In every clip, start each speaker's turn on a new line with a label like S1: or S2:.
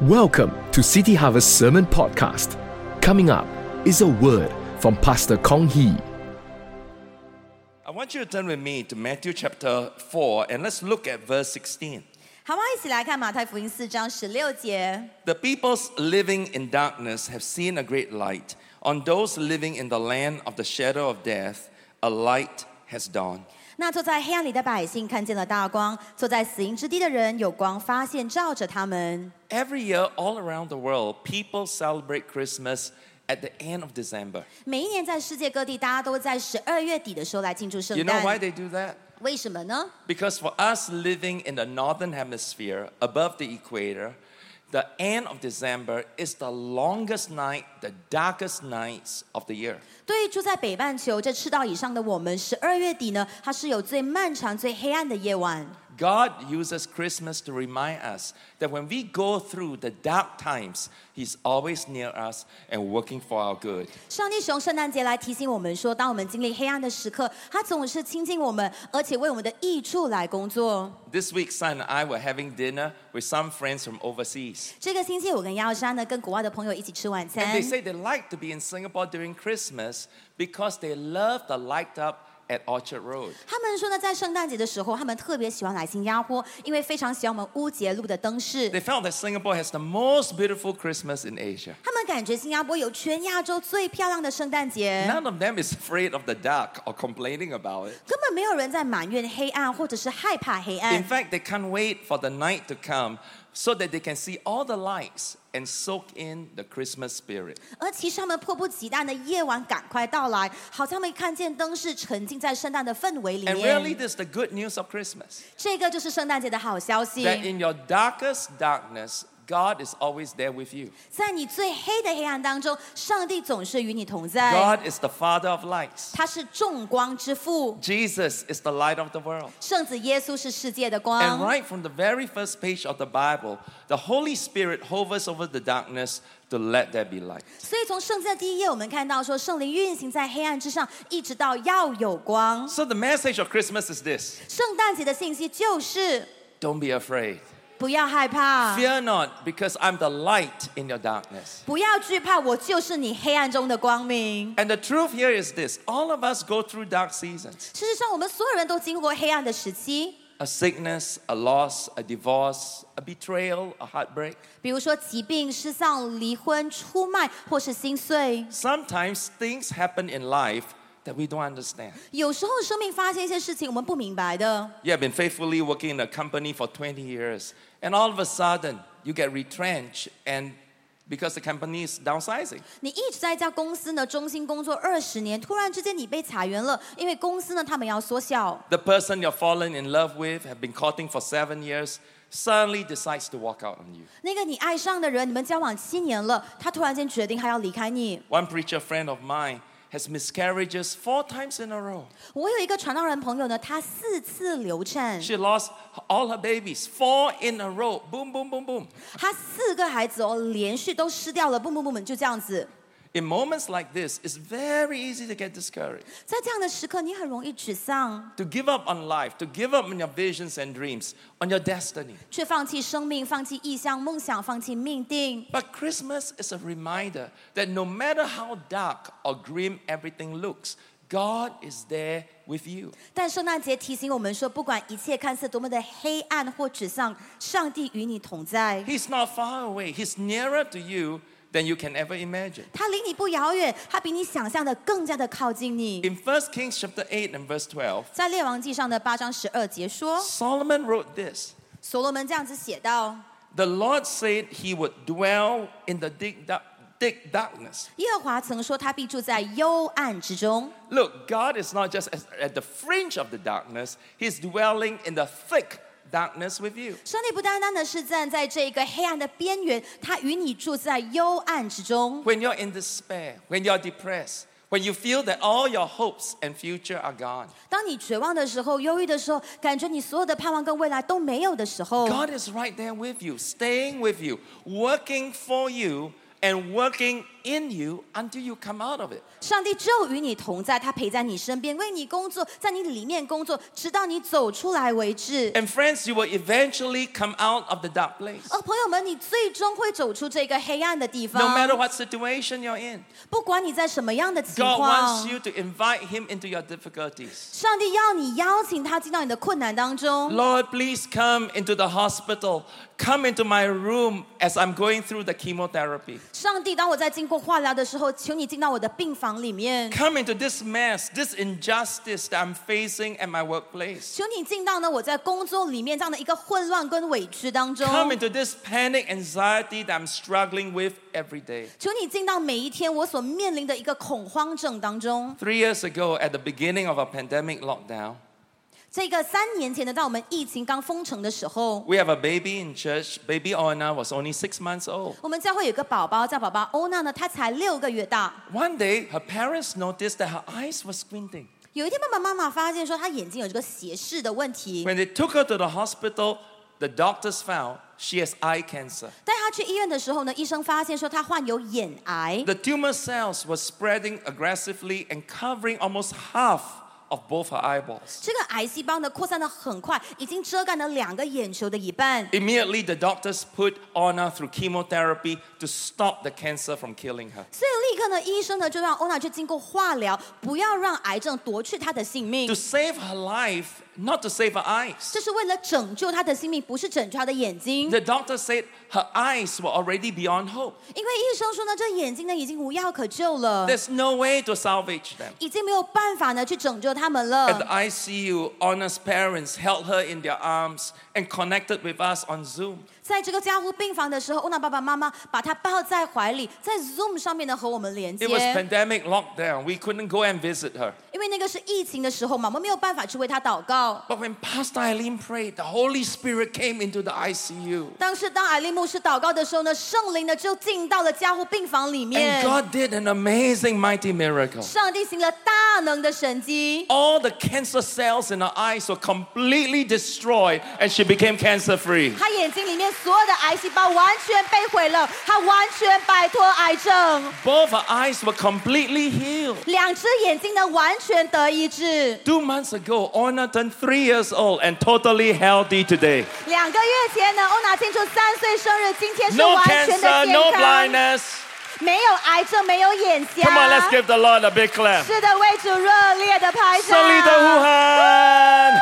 S1: Welcome to City Harvest Sermon Podcast. Coming up is a word from Pastor Kong Hee.
S2: I want you to turn with me to Matthew chapter 4 and let's look at verse 16.
S3: 好，我们一起来看马太福音四章十六节。
S2: The peoples living in darkness have seen a great light. On those living in the land of the shadow of death, a light has dawned.
S3: 那坐在黑暗里的百姓看见了大光，坐在死荫之地的人有光发现照着他们。
S2: Every year, all around the world, people celebrate Christmas at the end of December.
S3: 每一年在世界各地，大家都在十二月底的时候来庆祝圣
S2: You
S3: 诞。
S2: know why they do that?
S3: 为什么呢？
S2: Because for us living in the northern hemisphere above the equator, the end of December is the longest night, the darkest nights of the year.
S3: 对于住在北半球这赤道以上的我们，十二月底呢，它是有最漫长、最黑暗的夜晚。
S2: God uses Christmas to remind us that when we go through the dark times, He's always near us and working for our good.
S3: 上帝使用圣诞节来提醒我们说，当我们经历黑暗的时刻，他总是亲近我们，而且为我们的益处来工作。
S2: This week, Son and I were having dinner with some friends from overseas.
S3: 这个星期，我跟耀珊呢，跟国外的朋友一起吃晚餐
S2: And。they say they like to be in Singapore during Christmas because they love the light up at Orchard Road.
S3: 他们说呢，在圣诞节的时候，他们特别喜欢来新加坡，因为非常喜欢我们乌节路的灯饰
S2: They。felt that Singapore has the most beautiful Christmas in Asia.
S3: 他们感觉新加坡有全亚洲最漂亮的圣诞节，
S2: None of them is afraid of the dark or complaining about it.
S3: 根本没有人在埋怨黑暗或者是害怕黑
S2: In
S3: 暗。
S2: fact, they can't wait for the night to come so that they can see all the lights and soak in the Christmas spirit.
S3: 而其实他们迫不及待的夜晚赶快到来，好像他们看见灯饰沉浸在圣诞的氛围里
S2: And really,
S3: 面。
S2: this is the good news of Christmas
S3: 这个就是圣诞节的好消息，
S2: that in your darkest darkness, God is always there with you.
S3: 在你最黑的黑暗当中，上帝总是与你同在。
S2: God is the Father of lights.
S3: 他是众光之父，
S2: Jesus is the light of the world.
S3: 圣子耶稣是世界的
S2: And
S3: 光。
S2: right from the very first page of the Bible, the Holy Spirit hovers over the darkness to let there be light.
S3: 所以从圣经的第一页，我们看到说圣灵运行在黑暗之上，一直到要有光。
S2: So the message of Christmas is this
S3: 圣诞节的信息就是。
S2: don't be afraid.
S3: 不要害怕，
S2: Fear not, because I'm the light in your darkness.
S3: 不要惧怕，我就是你黑暗中的光明。
S2: And the truth here is this all of us go through dark seasons
S3: 事实上，我们所有人都经过黑暗的时期，
S2: a sickness, a loss, a divorce, a betrayal, a heartbreak.
S3: 比如说疾病、失丧、离婚、出卖或是心碎。
S2: Sometimes things happen in life that we don't understand.
S3: 有时候生命发生一些事情，我们不明白的。
S2: You have been faithfully working in a company for 20 years, and all of a sudden you get retrenched, and because the company is downsizing.
S3: 你一直在一家公司呢，中心工作二十年，突然之间你被裁员了，因为公司呢他们要缩小。
S2: The person you're fallen in love with, have been courting for seven years, suddenly decides to walk out on you.
S3: 那个你爱上的人，你们交往七年了，他突然间决定他要离开你。
S2: One preacher friend of mine has miscarriages four times in a row.
S3: 我有一个传道人朋友呢，他四次流产，
S2: She lost all her babies, four in a row. Boom, boom, boom, boom.
S3: 他四个孩子哦，连续都失掉了，不不不不，就这样子。
S2: In moments like this, it's very easy to get discouraged,
S3: 在这样的时刻，你很容易沮丧，
S2: to give up on life, to give up on your visions and dreams, on your destiny.
S3: 却放弃生命，放弃意向、梦想，放弃命定。
S2: But Christmas is a reminder that no matter how dark or grim everything looks, God is there with you.
S3: 但圣诞节提醒我们说，不管一切看似多么的黑暗或沮丧，上帝与你同在。
S2: He's not far away, He's nearer to you than you can ever imagine.
S3: 他离你不遥远，他比你想象的更加的靠近你。
S2: In 1 Kings chapter 8 and verse 12,
S3: 在列王记上的八章十二节说，
S2: Solomon wrote this
S3: 所罗门这样子写道：
S2: The Lord said he would dwell in the thick, dark, thick darkness.
S3: 耶和华曾说，他必住在幽暗之中。
S2: Look, God is not just as- at the fringe of the darkness, He's dwelling in the thick darkness with you.
S3: 上帝不单单的是站在这个黑暗的边缘，他与你住在幽暗之中。
S2: When you're in despair, when you're depressed, when you feel that all your hopes and future are gone,
S3: 当你绝望的时候、忧郁的时候，感觉你所有的盼望跟未来都没有的时候，
S2: God is right there with you, staying with you, working for you, and working in you until you come out of it.
S3: 上帝就与你同在，他陪在你身边，为你工作，在你里面工作，直到你走出来为止。
S2: And friends, you will eventually come out of the dark place.
S3: 哦，朋友们，你最终会走出这个黑暗的地
S2: No matter
S3: 方。
S2: what situation you're in,
S3: 不管你在什么样的情
S2: God
S3: 况
S2: wants，you to invite Him into your difficulties.
S3: 上帝要你邀请他进到你的困难当中。
S2: Lord, please come into the hospital. Come into my room as I'm going through the chemotherapy.
S3: 上帝，当我在经过化疗的时候，求你进到我的病房里面，
S2: Come into this mess, this injustice that I'm facing at my workplace.
S3: 求你进到呢我在工作里面这样的一个混乱跟委屈当中，
S2: Come into this panic anxiety that I'm struggling with every day.
S3: 求你进到每一天我所面临的一个恐慌症当中。
S2: Three years ago, at the beginning of our pandemic lockdown,
S3: 这个三年前的，当我们疫情刚封城的时候，
S2: we have a baby in church. Baby Ona was only six months old.
S3: 我们教会有个宝宝叫宝宝欧娜呢，她才六个月大。
S2: One day, her parents noticed that her eyes were squinting.
S3: 有一天，爸爸妈妈发现说她眼睛有这个斜视的问题，
S2: When they took her to the hospital, the doctors found she has eye cancer.
S3: 带她去医院的时候呢，医生发现说她患有眼癌，
S2: The tumor cells were spreading aggressively and covering almost half of both her eyeballs.
S3: 这个癌细胞呢扩散的很快，已经遮盖了两个眼球的一半。
S2: Immediately, the doctors put Ona through chemotherapy to stop the cancer from killing her.
S3: 所以立刻呢，医生呢就让欧娜去经过化疗，不要让癌症夺去她的性
S2: To
S3: 命。
S2: save her life, not to save her eyes.
S3: 这是为了拯救她的性命，不是拯救她的眼睛。
S2: The doctor said her eyes were already beyond hope.
S3: 因为医生说呢，这眼睛呢已经无药可救了，
S2: There's no way to salvage them.
S3: 已经没有办法呢去拯救他们
S2: At the
S3: 了。
S2: ICU, Honest parents held her in their arms and connected with us on Zoom.
S3: 在这个加护病房的时候，欧娜爸爸妈妈把她抱在怀里，在 Zoom 上面呢和我们连接
S2: It，was pandemic lockdown. We couldn't go and visit her.
S3: 因为那个是疫情的时候嘛，我们没有办法去为她祷告。
S2: But when Pastor Eileen prayed, the Holy Spirit came into the ICU.
S3: 但是当艾利牧师祷告的时候呢，圣灵呢就进到了加护病房里
S2: And
S3: 面，
S2: God did an amazing, mighty miracle.
S3: 上帝行了大能的神迹，
S2: All the cancer cells in her eyes were completely destroyed, and she became cancer free.
S3: 她眼睛里面所有的癌细胞完全被毁了，她完全摆脱癌症，
S2: Both her eyes were completely healed.
S3: 两只眼睛呢完全得医治。
S2: Two months ago, Orna turned three years old and totally healthy today.
S3: 两个月前呢，欧娜庆祝三岁生日，今天是
S2: No
S3: 完全
S2: cancer,
S3: 的
S2: no
S3: 健康，
S2: blindness.
S3: 没有癌症，没有眼瞎。
S2: Come on, let's give the Lord a big clap.
S3: 是的，为主热烈的拍手。
S2: Salita Wuhan.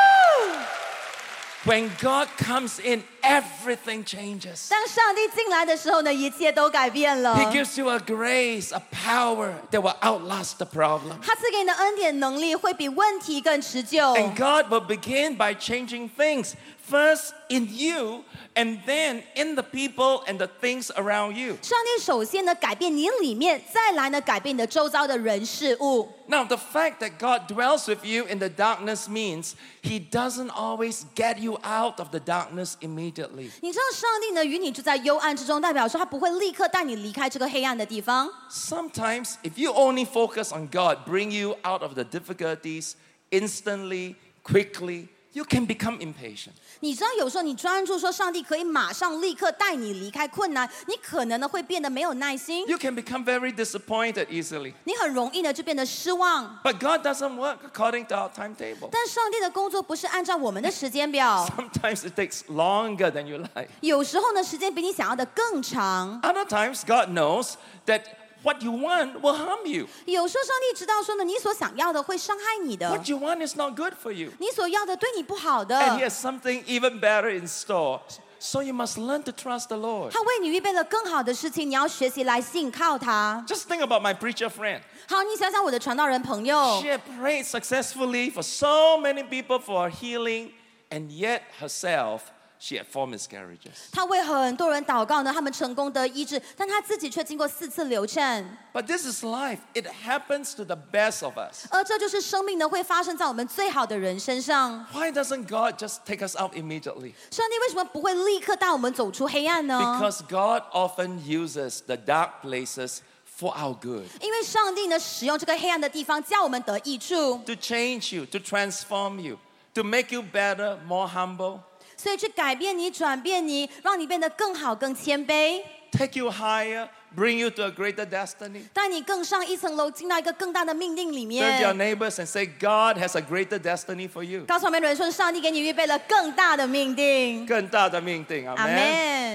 S2: When God comes in, everything changes.
S3: 当上帝进来的时候呢，一切都改变了。
S2: He gives you a grace, a power that will outlast the problem.
S3: 他赐给你的恩典能力会比问题更持久。
S2: And God will begin by changing things first in you and then in the people and the things around you.
S3: 上帝首先呢改变你里面，再来呢改变你的周遭的人事物。
S2: Now, the fact that God dwells with you in the darkness means He doesn't always get you out of the darkness immediately.
S3: 你知道上帝呢与你住在幽暗之中，代表说他不会立刻带你离开这个黑暗的地方。
S2: Sometimes, if you only focus on God, bring you out of the difficulties instantly, quickly, you can become impatient.
S3: 你知道，有时候你专注说上帝可以马上立刻带你离开困难，你可能呢会变得没有耐心，
S2: You can become very disappointed easily.
S3: 你很容易呢就变得失望。
S2: But God doesn't work according to our timetable.
S3: 但上帝的工作不是按照我们的时间表，
S2: Sometimes it takes longer than you like.
S3: 有时候呢时间比你想要的更长，
S2: Other times, God knows that what you want will harm you,
S3: 有时候上帝知道说呢你所想要的会伤害你的，
S2: what you want is not good for you.
S3: 你所要的对你不好的，
S2: And He has something even better in store. So you must learn to trust the Lord.
S3: 他为你预备了更好的事情，你要学习来信靠他。
S2: Just think about my preacher friend.
S3: 好，你想想我的传道人朋友
S2: She，had prayed successfully for so many people for healing, and yet herself, she had four miscarriages.
S3: 他为很多人祷告呢，他们成功得医治，但他自己却经过四次流产。
S2: But this is life, it happens to the best of us.
S3: 而这就是生命呢会发生在我们最好的人身上。
S2: Why doesn't God just take us out immediately?
S3: 上帝为什么不会立刻带我们走出黑暗呢？
S2: Because God often uses the dark places for our good
S3: 因为上帝呢使用这个黑暗的地方，叫我们得益处，
S2: to change you, to transform you, to make you better, more humble.
S3: 所以去改变你、转变你，让你变得更好、更谦卑。
S2: take you higher, bring you to a greater destiny.
S3: 带你更上一层楼，进到一个更大的命定里
S2: Turn to your
S3: 面。
S2: neighbors and say, God has a greater destiny for you.
S3: 告诉旁边的人说，上帝给你预备了更大的命定。
S2: 更大的命定，
S3: 阿
S2: amen.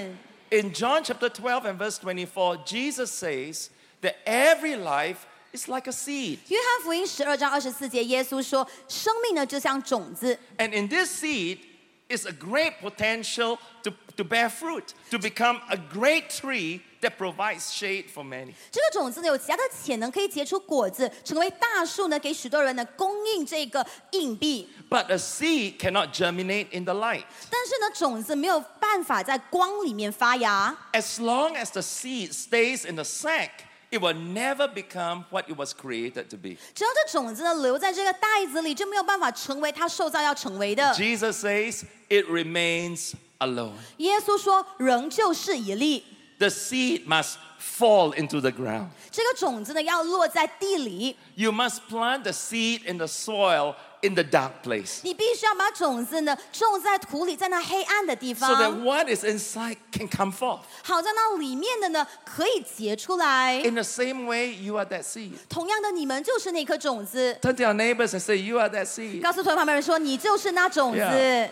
S3: 门。
S2: In John chapter 12 and verse 24, Jesus says that every life is like a seed.
S3: 约翰福音十二章二十四节，耶稣说：“生命呢，就像种子，
S2: And in this seed is a great potential to, to bear fruit, to become a great tree that provides shade for many.
S3: 这个种子呢有极大的潜能，可以结出果子，成为大树呢，给许多人呢供应这个硬币。
S2: But a seed cannot germinate in the light.
S3: 但是呢，种子没有办法在光里面发芽。
S2: As long as the seed stays in the sack, it will never become what it was created to be.
S3: 只要这种子呢留在这个袋子里，就没有办法成为它受造要成为的。
S2: Jesus says it remains alone.
S3: 耶稣说，仍旧是一粒，
S2: The seed must fall into the ground.
S3: 这个种子呢要落在地里，
S2: You must plant the seed in the soil in the dark place
S3: 你必须要把种子呢种在土里，在那黑暗的地
S2: so that
S3: 方，
S2: what is inside can come forth.
S3: 好在那里面的呢可以结出来。
S2: In the same way, you are that seed.
S3: 同样的，你们就是那颗种子。
S2: Turn to your neighbors and say, You are that seed.
S3: 告诉屯旁边人说，你就是那种子。
S2: Yeah.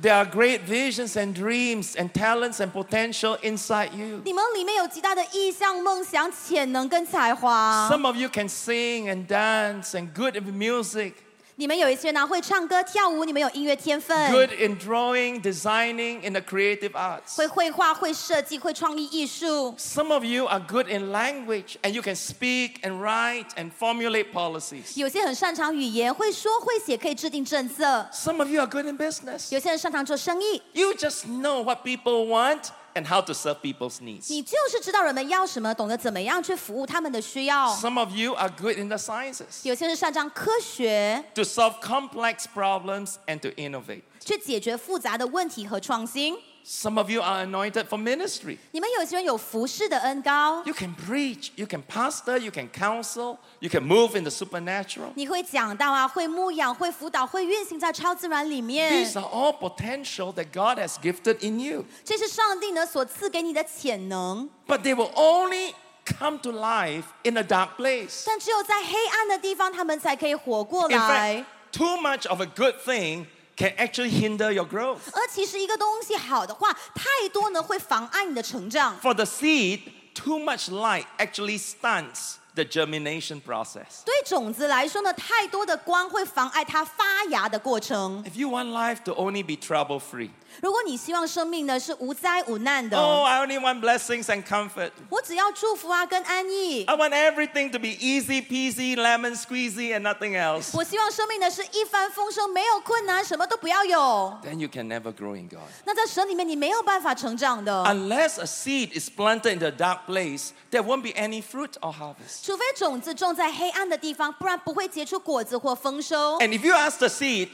S2: There are great visions and dreams and talents and potential inside you.
S3: 你们里面有极大的意向、梦想、潜能跟才华。
S2: Some of you can sing and dance and good in music,
S3: 你们有一些呢会唱歌、跳舞，你们有音乐天分
S2: good in drawing, designing, in the creative arts.
S3: 会绘画、会设计、会创意艺术。
S2: Some of you are good in language and you can speak and write and formulate policies.
S3: 有些很擅长语言，会说会写，可以制定政策。
S2: Some of you are good in business.
S3: 有些人擅长做生意，
S2: You just know what people want and how to serve people's needs.
S3: 你就是知道人们要什么，懂得怎么样去服务他们的需要。
S2: Some of you are good in the sciences
S3: 有些人擅长科学，
S2: to solve complex problems and to innovate.
S3: 去解决复杂的问题和创新。
S2: Some of you are anointed for ministry.
S3: 你们有些人有服饰的恩高，
S2: You can preach, you can pastor, you can counsel, you can move in the supernatural.
S3: 你会讲到啊，会牧养，会辅导，会运行在超自然里面。
S2: These are all potential that God has gifted in you.
S3: 这是上帝呢所赐给你的潜能，
S2: But they will only come to life in a dark place.
S3: 但只有在黑暗的地方，他们才可以活过
S2: In
S3: 来
S2: fact,。too much of a good thing can actually hinder your growth.
S3: 而其实一个东西好的话，太多呢会妨碍你的成长。
S2: For the seed, too much light actually stunts the germination process.
S3: 对种子来说呢，太多的光会妨碍它发芽的过程。
S2: If you want life to only be trouble free,
S3: 如果你希望生命呢是无灾无难的，
S2: oh, I only want blessings and comfort.
S3: 我只要祝福啊跟安逸。
S2: I want everything to be easy peasy, lemon squeezy, and nothing else.
S3: 我希望生命呢是一帆风顺，没有困难，什么都不要有。
S2: Then you can never grow in God.
S3: 那在神里面你没有办法成长的。
S2: Unless a seed is planted in the dark place, there won't be any fruit or harvest.
S3: 除非种子种在黑暗的地方，不然不会结出果子或丰收。
S2: And if you ask the seed,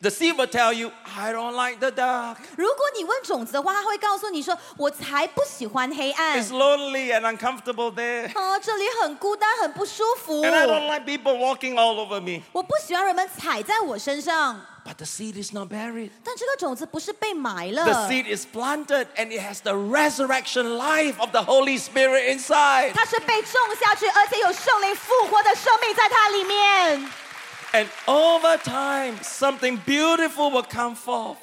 S2: the seed will tell you, I don't like the dark.
S3: 如果你问种子的话，它会告诉你说：“我才不喜欢黑暗
S2: It's lonely and uncomfortable there.
S3: 啊，这里很孤单，很不舒服
S2: And，I don't like people walking all over me.
S3: 我不喜欢人们踩在我身上。
S2: But the seed is not buried. ”
S3: 但这个种子不是被埋
S2: The
S3: 了，
S2: seed is planted and it has the resurrection life of the Holy Spirit inside.
S3: 它是被种下去，而且有圣灵复活的生命在它里面。
S2: And over time, something beautiful will come forth.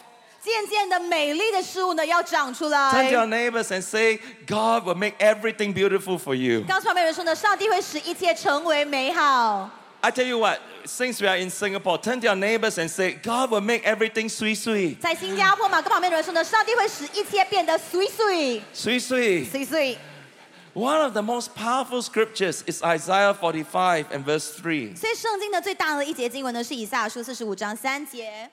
S3: 渐渐的，美丽的事物呢要长出
S2: Turn to your
S3: 来。
S2: neighbors and say, God will make everything beautiful for you.
S3: 刚才旁边有人说呢，上帝会使一切成为美好。
S2: I tell you what, since we are in Singapore, turn to your neighbors and say, God will make everything sweet, sweet.
S3: 在新加坡嘛，跟旁边的人说呢，上帝会使一切变得水水
S2: Sweet, sweet.
S3: 水水。
S2: One of the most powerful scriptures is Isaiah 45 and verse 3.
S3: 所以圣经的最大的一节经文呢，是以赛亚书四十五章三节。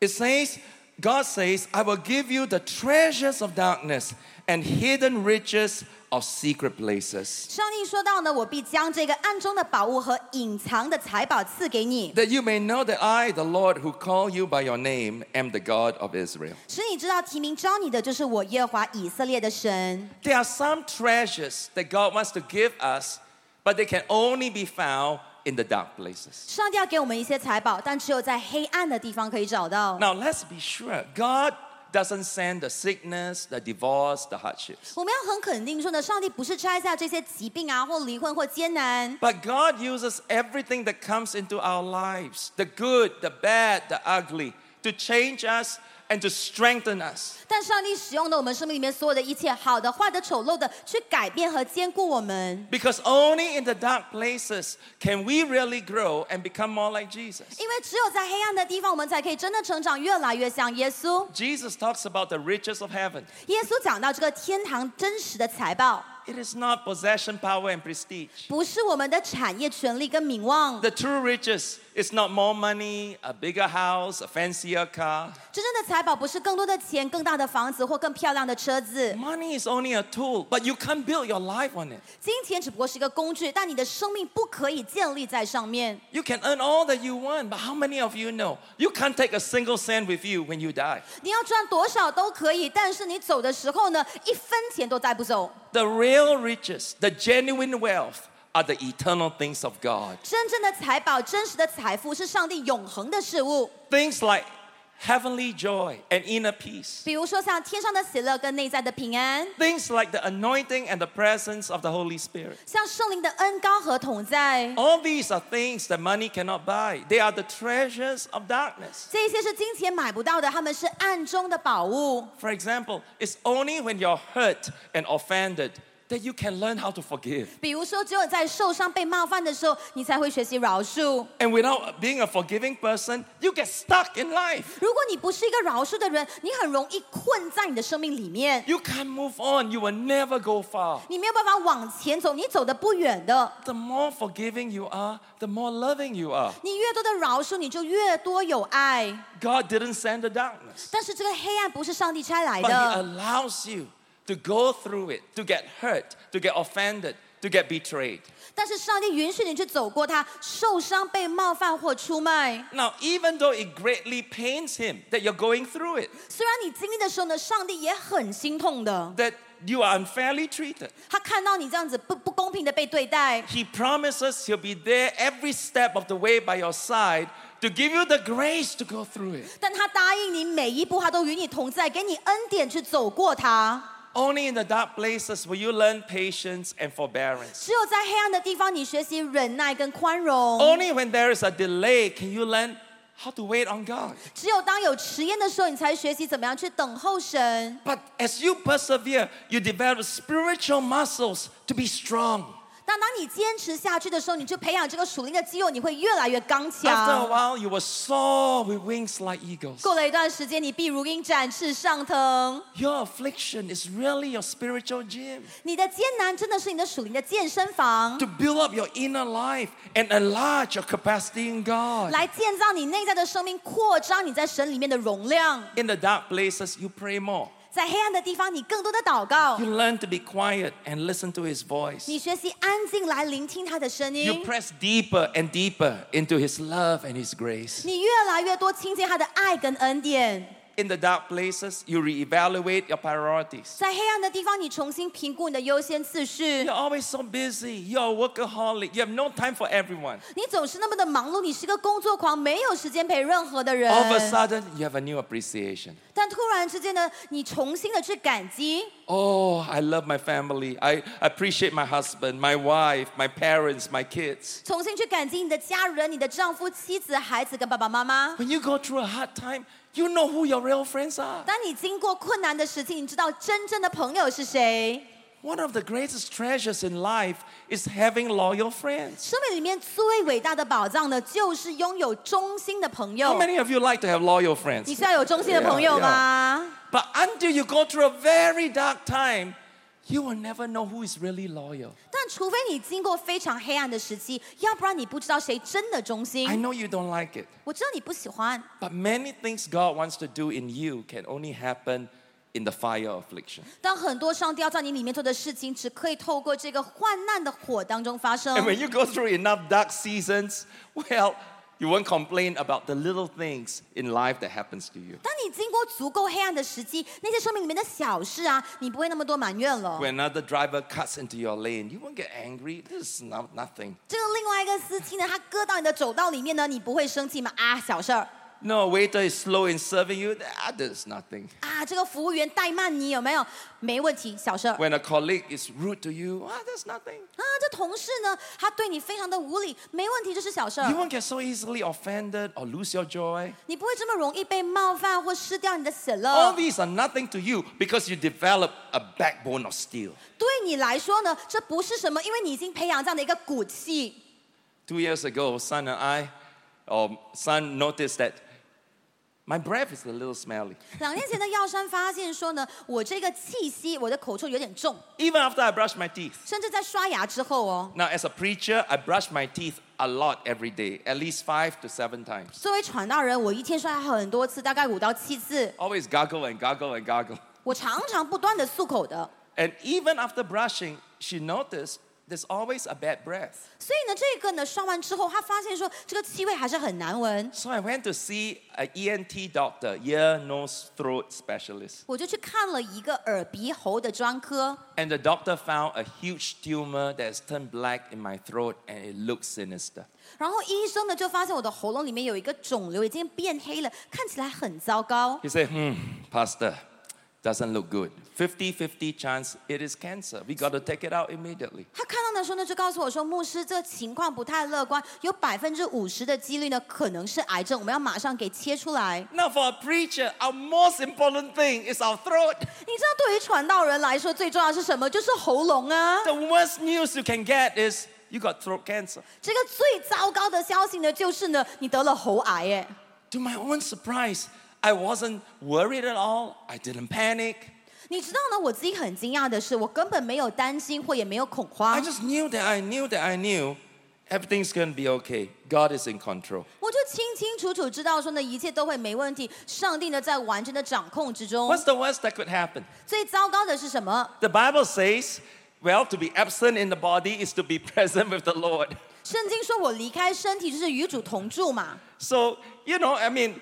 S2: It says, God says, I will give you the treasures of darkness and hidden riches of secret places,
S3: 上帝说到呢，我必将这个暗中的宝物和隐藏的财宝赐给你，
S2: that you may know that I, the Lord who call you by your name, am the God of Israel.
S3: 使你知道提名招你的就是我耶和华以色列的神。
S2: There are some treasures that God wants to give us, but they can only be found in the dark places.
S3: 上帝要给我们一些财宝，但只有在黑暗的地方可以找到。
S2: Now, let's be sure God doesn't send the sickness, the divorce, the hardships.
S3: 我们要很肯定说呢，上帝不是拆下这些疾病啊，或离婚或艰难，
S2: But God uses everything that comes into our lives the good, the bad, the ugly to change us and to strengthen us.
S3: 但上帝使用的我们生命里面所有的一切，好的、坏的、丑陋的，去改变和兼顾我们。
S2: Because only in the dark places can we really grow and become more like Jesus.
S3: 因为只有在黑暗的地方，我们才可以真的成长，越来越像耶稣。
S2: Jesus talks about the riches of heaven.
S3: 耶稣讲到这个天堂真实的财报，
S2: It is not possession, power, and prestige.
S3: 不是我们的产业、权利跟名望。
S2: The true riches is not more money, a bigger house, a fancier car.
S3: 真正的财宝不是更多的钱、更大的房子或更漂亮的车子。
S2: Money is only a tool, but you can't build your life on it.
S3: 金钱只不过是一个工具，但你的生命不可以建立在上面。
S2: You can earn all that you want, but how many of you know you can't take a single cent with you when you die?
S3: 你要赚多少都可以，但是你走的时候呢，一分钱都带不走。
S2: The real riches, the genuine wealth, are the eternal things of God.
S3: 真正的财宝、真实的财富是上帝永恒的事物，
S2: Things like heavenly joy and inner peace.
S3: 比如说像天上的喜乐跟内在的平安，
S2: Things like the anointing and the presence of the Holy Spirit.
S3: 像圣灵的恩高和同在。
S2: All these are things that money cannot buy. They are the treasures of darkness.
S3: 这些是金钱买不到的，他们是暗中的宝物。
S2: For example, it's only when you're hurt and offended that you can learn how to forgive.
S3: 比如说，只有在受伤、被冒犯的时候，你才会学习饶恕。
S2: And without being a forgiving person, you get stuck in life.
S3: 如果你不是一个饶恕的人，你很容易困在你的生命里面，
S2: You can't move on. You will never go far.
S3: 你没有办法往前走，你走得不远的。
S2: The more forgiving you are, the more loving you are.
S3: 你越多的饶恕，你就越多有爱。
S2: God didn't send the darkness,
S3: 但是这个黑暗不是上帝呃差来
S2: but He
S3: 的，
S2: allows you to go through it, to get hurt, to get offended, to get betrayed.
S3: 但是上帝允许你去走过它，受伤、被冒犯或出卖。
S2: Now, even though it greatly pains Him that you're going through it,
S3: 虽然你经历的时候呢，上帝也很心痛的，
S2: that you are unfairly treated,
S3: 他看到你这样子不不公平的被对待，
S2: He promises He'll be there every step of the way by your side to give you the grace to go through it.
S3: 但他答应你每一步，他都与你同在，给你恩典去走过它。
S2: Only in the dark places will you learn patience and forbearance.
S3: 只有在黑暗的地方，你学习忍耐跟宽容。
S2: Only when there is a delay can you learn how to wait on God.
S3: 只有当有迟延的时候，你才学习怎么样去等候神。
S2: But as you persevere, you develop spiritual muscles to be strong.
S3: 但当你坚持下去的时候，你就培养这个属灵的肌肉，你会越来越刚
S2: After a
S3: 强。
S2: while, you will soar with wings like eagles.
S3: 过了一段时间，你必如鹰展翅上腾。
S2: Your affliction is really your spiritual gym
S3: 你的艰难真的是你的属灵的健身房，
S2: to build up your inner life and enlarge your capacity in God.
S3: 来建造你内在的生命，扩张你在神里面的容量。
S2: In the dark places, you pray more.
S3: 在黑暗的地方，你更多的祷告
S2: You。learn to be quiet and listen to His voice.
S3: 你学习安静来聆听他的声
S2: You
S3: 音，
S2: press deeper and deeper into His love and His grace.
S3: 你越来越多亲近他的爱跟恩典。
S2: In the dark places, you reevaluate your priorities.
S3: 在黑暗的地方，你重新评估你的优先次序
S2: You're。always so busy. You're a workaholic. You have no time for everyone.
S3: 你总是那么的忙碌，你是个工作狂，没有时间陪任何的人。
S2: All of a sudden, you have a new appreciation.
S3: 但突然之间呢，你重新的去感激，
S2: Oh, I love my family. I appreciate my husband, my wife, my parents, my kids.
S3: 重新去感激你的家人、你的丈夫、妻子、孩子跟爸爸妈妈。
S2: When you go through a hard time, you know who your real friends are.
S3: 当你经过困难的时期，你知道真正的朋友是谁。
S2: One of the greatest treasures in life is having loyal friends.
S3: 生命里面最伟大的宝藏呢，就是拥有忠心的朋
S2: How
S3: 友。
S2: many of you like to have loyal friends?
S3: 你需要有忠心的朋友
S2: Yeah, yeah.
S3: 吗
S2: But until you go through a very dark time, you will never know who is really loyal.
S3: 但除非你经过非常黑暗的时期，要不然你不知道谁真的忠
S2: I
S3: 心。
S2: know you don't like it,
S3: 我知道你不喜欢，
S2: but many things God wants to do in you can only happen in the fire of affliction.
S3: 但很多上帝要在你里面做的事情，只可以透过这个患难的火当中发生
S2: And。when you go through enough dark seasons, well, you won't complain about the little things in life that happens to you.
S3: 当你经过足够黑暗的时期，那些生命里面的小事啊，你不会那么多埋怨了。
S2: When another driver cuts into your lane, you won't get angry. This is not nothing.
S3: 这个另外一个司机呢，他割到你的走道里面呢，你不会生气吗？啊，小事儿。
S2: No, waiter is slow in serving you. Ah, there's nothing.
S3: 啊，这个服务员怠慢你有没有？没问题，小事儿。
S2: When a colleague is rude to you, ah, there's nothing.
S3: 啊，这同事呢，他对你非常的无理，没问题，这是小事
S2: You
S3: 儿。
S2: won't get so easily offended or lose your joy.
S3: 你不会这么容易被冒犯或失掉你的喜
S2: All
S3: 乐。
S2: these are nothing to you because you develop a backbone of steel.
S3: 对你来说呢，这不是什么，因为你已经培养这样的一个骨气。
S2: Two years ago, son and I, or son noticed that my breath is a little smelly.
S3: 两年前的药山发现说呢，我这个气息，我的口臭有点重，
S2: Even after I brush my teeth.
S3: 甚至在刷牙之后哦。
S2: Now, as a preacher, I brush my teeth a lot every day, at least five to seven times.
S3: 作为传道人，我一天刷牙很多次，大概五到七次，
S2: Always gargle and gargle and gargle.
S3: 我常常不断的漱口的。
S2: And even after brushing, she noticed there's always a bad breath.
S3: 所以呢，这个呢刷完之后，他发现说这个气味还是很难闻，
S2: So I went to see an ENT doctor, ear, nose, throat specialist.
S3: 我就去看了一个耳鼻喉的专科。
S2: And the doctor found a huge tumor that has turned black in my throat and it looks sinister.
S3: 然后医生呢就发现我的喉咙里面有一个肿瘤，已经变黑了，看起来很糟糕。
S2: He said, hmm, Pastor, doesn't look good. 50 50 chance it is cancer. We got to take it out immediately.
S3: 他看到的时候呢，就告诉我说：“牧师，这情况不太乐观，有百分之五十的几率呢，可能是癌症，我们要马上给切出来。
S2: Now, for a preacher, our most important thing is our throat. ”
S3: 你知道，对于传道人来说，最重要是什么？就是喉咙啊！
S2: The worst news you can get is you got throat cancer.
S3: 这个最糟糕的消息呢，就是呢，你得了喉癌哎耶。
S2: To my own surprise, I wasn't worried at all. I didn't panic.
S3: 你知道呢？我自己很惊讶的是，我根本没有担心或也没有恐
S2: I
S3: 慌，
S2: just knew that I knew that I knew everything's going to be okay. God is in control.
S3: 我就清清楚楚知道说呢，一切都会没问题，上帝呢在完全的掌控之中。
S2: What's the worst that could happen?
S3: 最糟糕的是什么？
S2: The Bible says, well, to be absent in the body is to be present with the Lord.
S3: 圣经说我离开身体就是与主同住嘛。
S2: So, you know, I mean,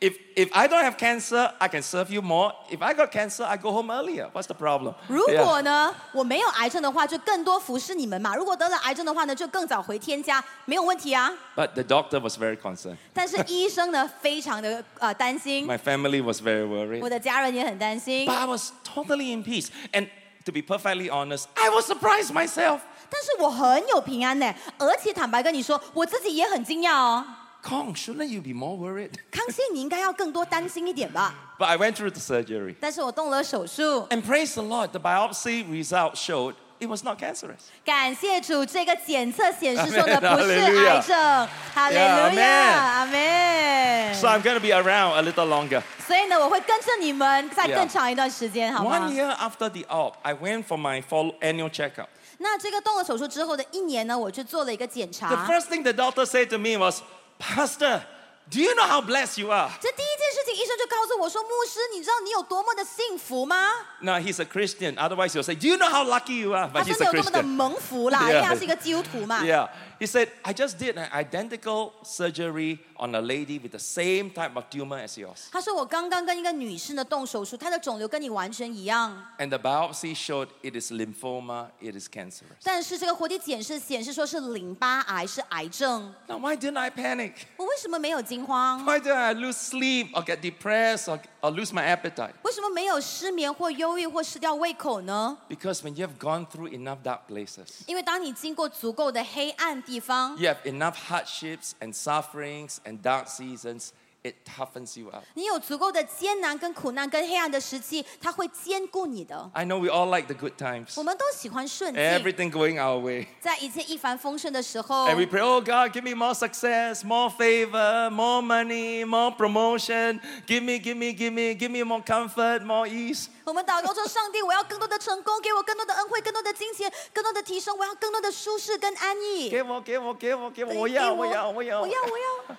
S2: if, if I don't have cancer, I can serve you more. If I got cancer, I go home earlier. What's the problem?
S3: 如
S2: Yeah.
S3: 果呢我没有癌症的话，就更多服侍你们嘛；如果得了癌症的话呢，就更早回天家，没有问题啊。
S2: But the doctor was very concerned.
S3: 但是医生呢非常的呃担心，
S2: My family was very worried.
S3: 我的家人也很担心
S2: But。I was totally in peace. And to be perfectly honest, I was surprised myself.
S3: 但是我很有平安呢，而且坦白跟你说，我自己也很惊讶哦。
S2: Kong, shouldn't you be more worried?
S3: 康熙，你应该要更多担心一点吧。
S2: But I went through the surgery.
S3: 但是我动了手术，
S2: And praise the Lord, the biopsy result showed it was not cancerous.
S3: 感谢主，这个检测显示说的
S2: Amen，
S3: 不是癌症，哈利路
S2: Yeah，Amen
S3: 亚，阿门。
S2: So I'm going to be around a little longer.
S3: 所以呢，我会跟着你们在
S2: Yeah
S3: 更长一段时间，好吗
S2: One？year after the op, I went for my follow- annual checkup.
S3: 那这个动了手术之后的一年呢，我去做了一个检
S2: The
S3: 查。
S2: first thing the doctor said to me was, Pastor, do you know how blessed you are?
S3: 这第一件事情，医生就告诉我说：“牧师，你知道你有多么的幸福吗？
S2: Now, he's a Christian. Otherwise, he'll say, Do you know how lucky you are?
S3: 他
S2: But
S3: 真
S2: he's
S3: 的
S2: a
S3: 有多么的
S2: Christian.
S3: 蒙福 啦，因
S2: Yeah
S3: 为他是一个基督徒嘛。
S2: Yeah. He said, I just did an identical surgery on a lady with the same type of tumor as yours.
S3: 他说我刚刚跟一个女士呢动手术，她的肿瘤跟你完全一样，
S2: And the biopsy showed it is lymphoma, it is cancerous.
S3: 但是这个活体检视显示说是淋巴癌，是癌症。
S2: Now, why didn't I panic?
S3: 我为什么没有惊慌？
S2: Why did I lose sleep or get depressed or, or lose my appetite?
S3: 为什么没有失眠或忧郁或失掉胃口呢？
S2: Because when you have gone through enough dark places,
S3: 因为当你经过足够的黑暗地方，
S2: you have enough hardships and sufferings and dark seasons, it toughens you up.
S3: 你有足够的艰难跟苦难跟黑暗的时期，它会兼顾你的。
S2: I know we all like the good times,
S3: 我们都喜欢顺境，
S2: everything going our way.
S3: 在一切一帆风顺的时候，
S2: And we pray, oh God, give me more success, more favor, more money, more promotion. Give me, give me, give me, give me more comfort, more ease.
S3: 我们祷告说：“上帝，我要更多的成功，给我更多的恩惠，更多的金钱，更多的提升，我要更多的舒适跟安逸。”
S2: 给我，给我，给我，给我！
S3: 对
S2: 我要，我要，我要，
S3: 我要，我要。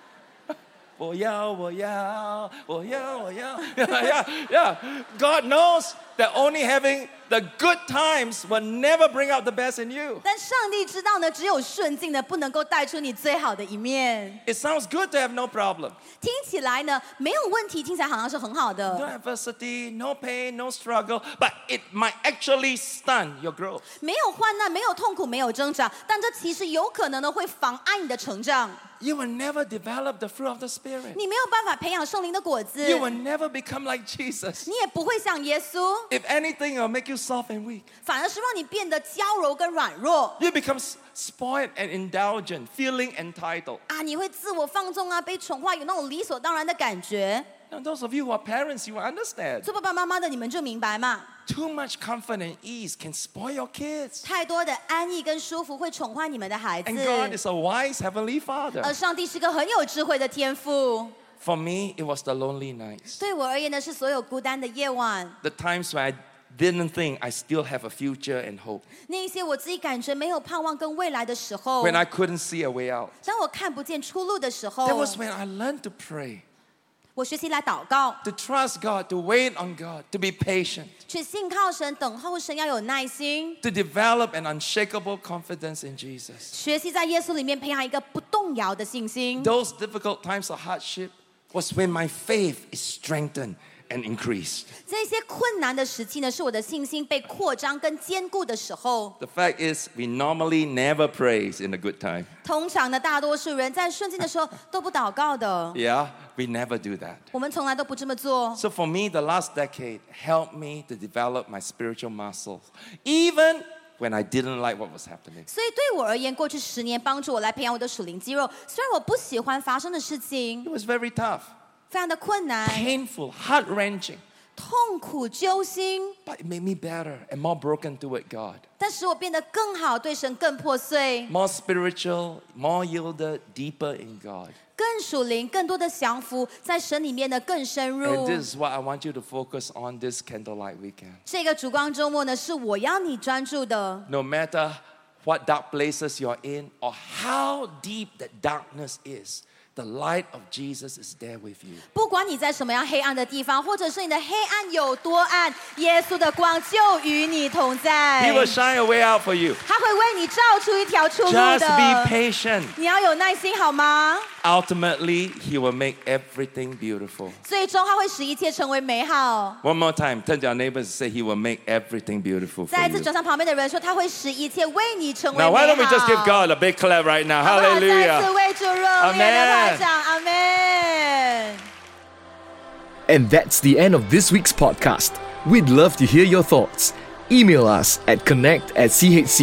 S2: 我要，我要，我要，我要，yeah, yeah, yeah. God knows that only having The good times will never bring out the best in you.
S3: 但上帝知道呢，只有顺境的不能够带出你最好的一面。
S2: It sounds good to have no problem.
S3: 听起来呢没有问题，听起来好像是很好
S2: No
S3: 的，
S2: adversity, no pain, no struggle, but it might actually stun your growth.
S3: 没有患难，没有痛苦，没有挣扎，但这其实有可能呢会妨碍你的成长。
S2: You will never develop the fruit of the Spirit.
S3: 你没有办法培养圣灵的果子，
S2: You will never become like Jesus.
S3: 你也不会像耶稣，
S2: If anything, it'll make you soft and weak.
S3: 反而是让你变得娇柔跟软弱
S2: You become s- spoiled and indulgent, feeling entitled.
S3: 啊！你会自我放纵啊，被宠坏，有那种理所当然的感觉。
S2: Now, those of you who are parents, you will understand.
S3: 做爸爸妈妈的你们就明白嘛，
S2: Too much comfort and ease can spoil your kids.
S3: 太多的安逸跟舒服会宠坏你们的孩子
S2: And。God is a wise heavenly Father.
S3: 而上帝是个很有智慧的天赋。
S2: For me, it was the lonely nights,
S3: 对我而言呢，是所有孤单的夜晚，
S2: the times when I didn't think I still have a future and hope,
S3: 那一些我自己感觉没有盼望跟未来的时候，
S2: when I couldn't see a way out.
S3: 当我看不见出路的时候
S2: That，was when I learned to pray,
S3: 我学习来祷告，
S2: to trust God, to wait on God, to be patient,
S3: 去信靠神，等候神，要有耐心，
S2: to develop an unshakable confidence in Jesus.
S3: 学习在耶稣里面培养一个不动摇的信心。
S2: Those difficult times of hardship was when my faith is strengthened and increased.
S3: 这些困难的时期呢，是我的信心被扩张跟坚固的时候。
S2: The fact is, we normally never praise in the good time.
S3: 通常呢，大多数人在顺境的时候都不祷告的，
S2: Yeah, we never do that.
S3: 我们从来都不这么做。
S2: So for me, the last decade helped me to develop my spiritual muscles, even when I didn't like what was happening.
S3: 所以对我而言，过去十年帮助我来培养我的属灵肌肉。虽然我不喜欢发生的事情
S2: It，was very tough,
S3: 非常的困难、
S2: painful, heart wrenching,
S3: 痛苦、揪心，
S2: but it made me better and more broken toward God,
S3: 但使我变得更好，对神更破碎、
S2: more spiritual, more yielded, deeper in God.
S3: 更属灵、更多的降服，在神里面的更深入
S2: And。this is what I want you to focus on this candlelight weekend.
S3: 这个烛光周末呢，是我要你专注的。
S2: No matter what dark places you're in or how deep that darkness is, the light of Jesus is there with you.
S3: 不管你在什么样黑暗的地方，或者是你的黑暗有多暗，耶稣的光就与你同在
S2: He，will shine a way out for you.
S3: 他会为你照出一条出路
S2: Just be
S3: 的。
S2: patient.
S3: 你要有耐心，好吗？
S2: Ultimately, He will make everything beautiful.
S3: 最终它会使一切成为美好。
S2: One more time, turn to your neighbors and say, He will make everything beautiful for
S3: 再次
S2: you.
S3: 转向旁边的人说，他会使一切为你成为
S2: Now,
S3: 美
S2: why
S3: 好。
S2: don't we just give God a big clap right now?
S3: 好不好再次
S2: Hallelujah.
S3: 为主热烈的
S2: Amen
S3: 拍掌，阿门。
S1: And that's the end of this week's podcast. We'd love to hear your thoughts. Email us at connect at chc.org.sg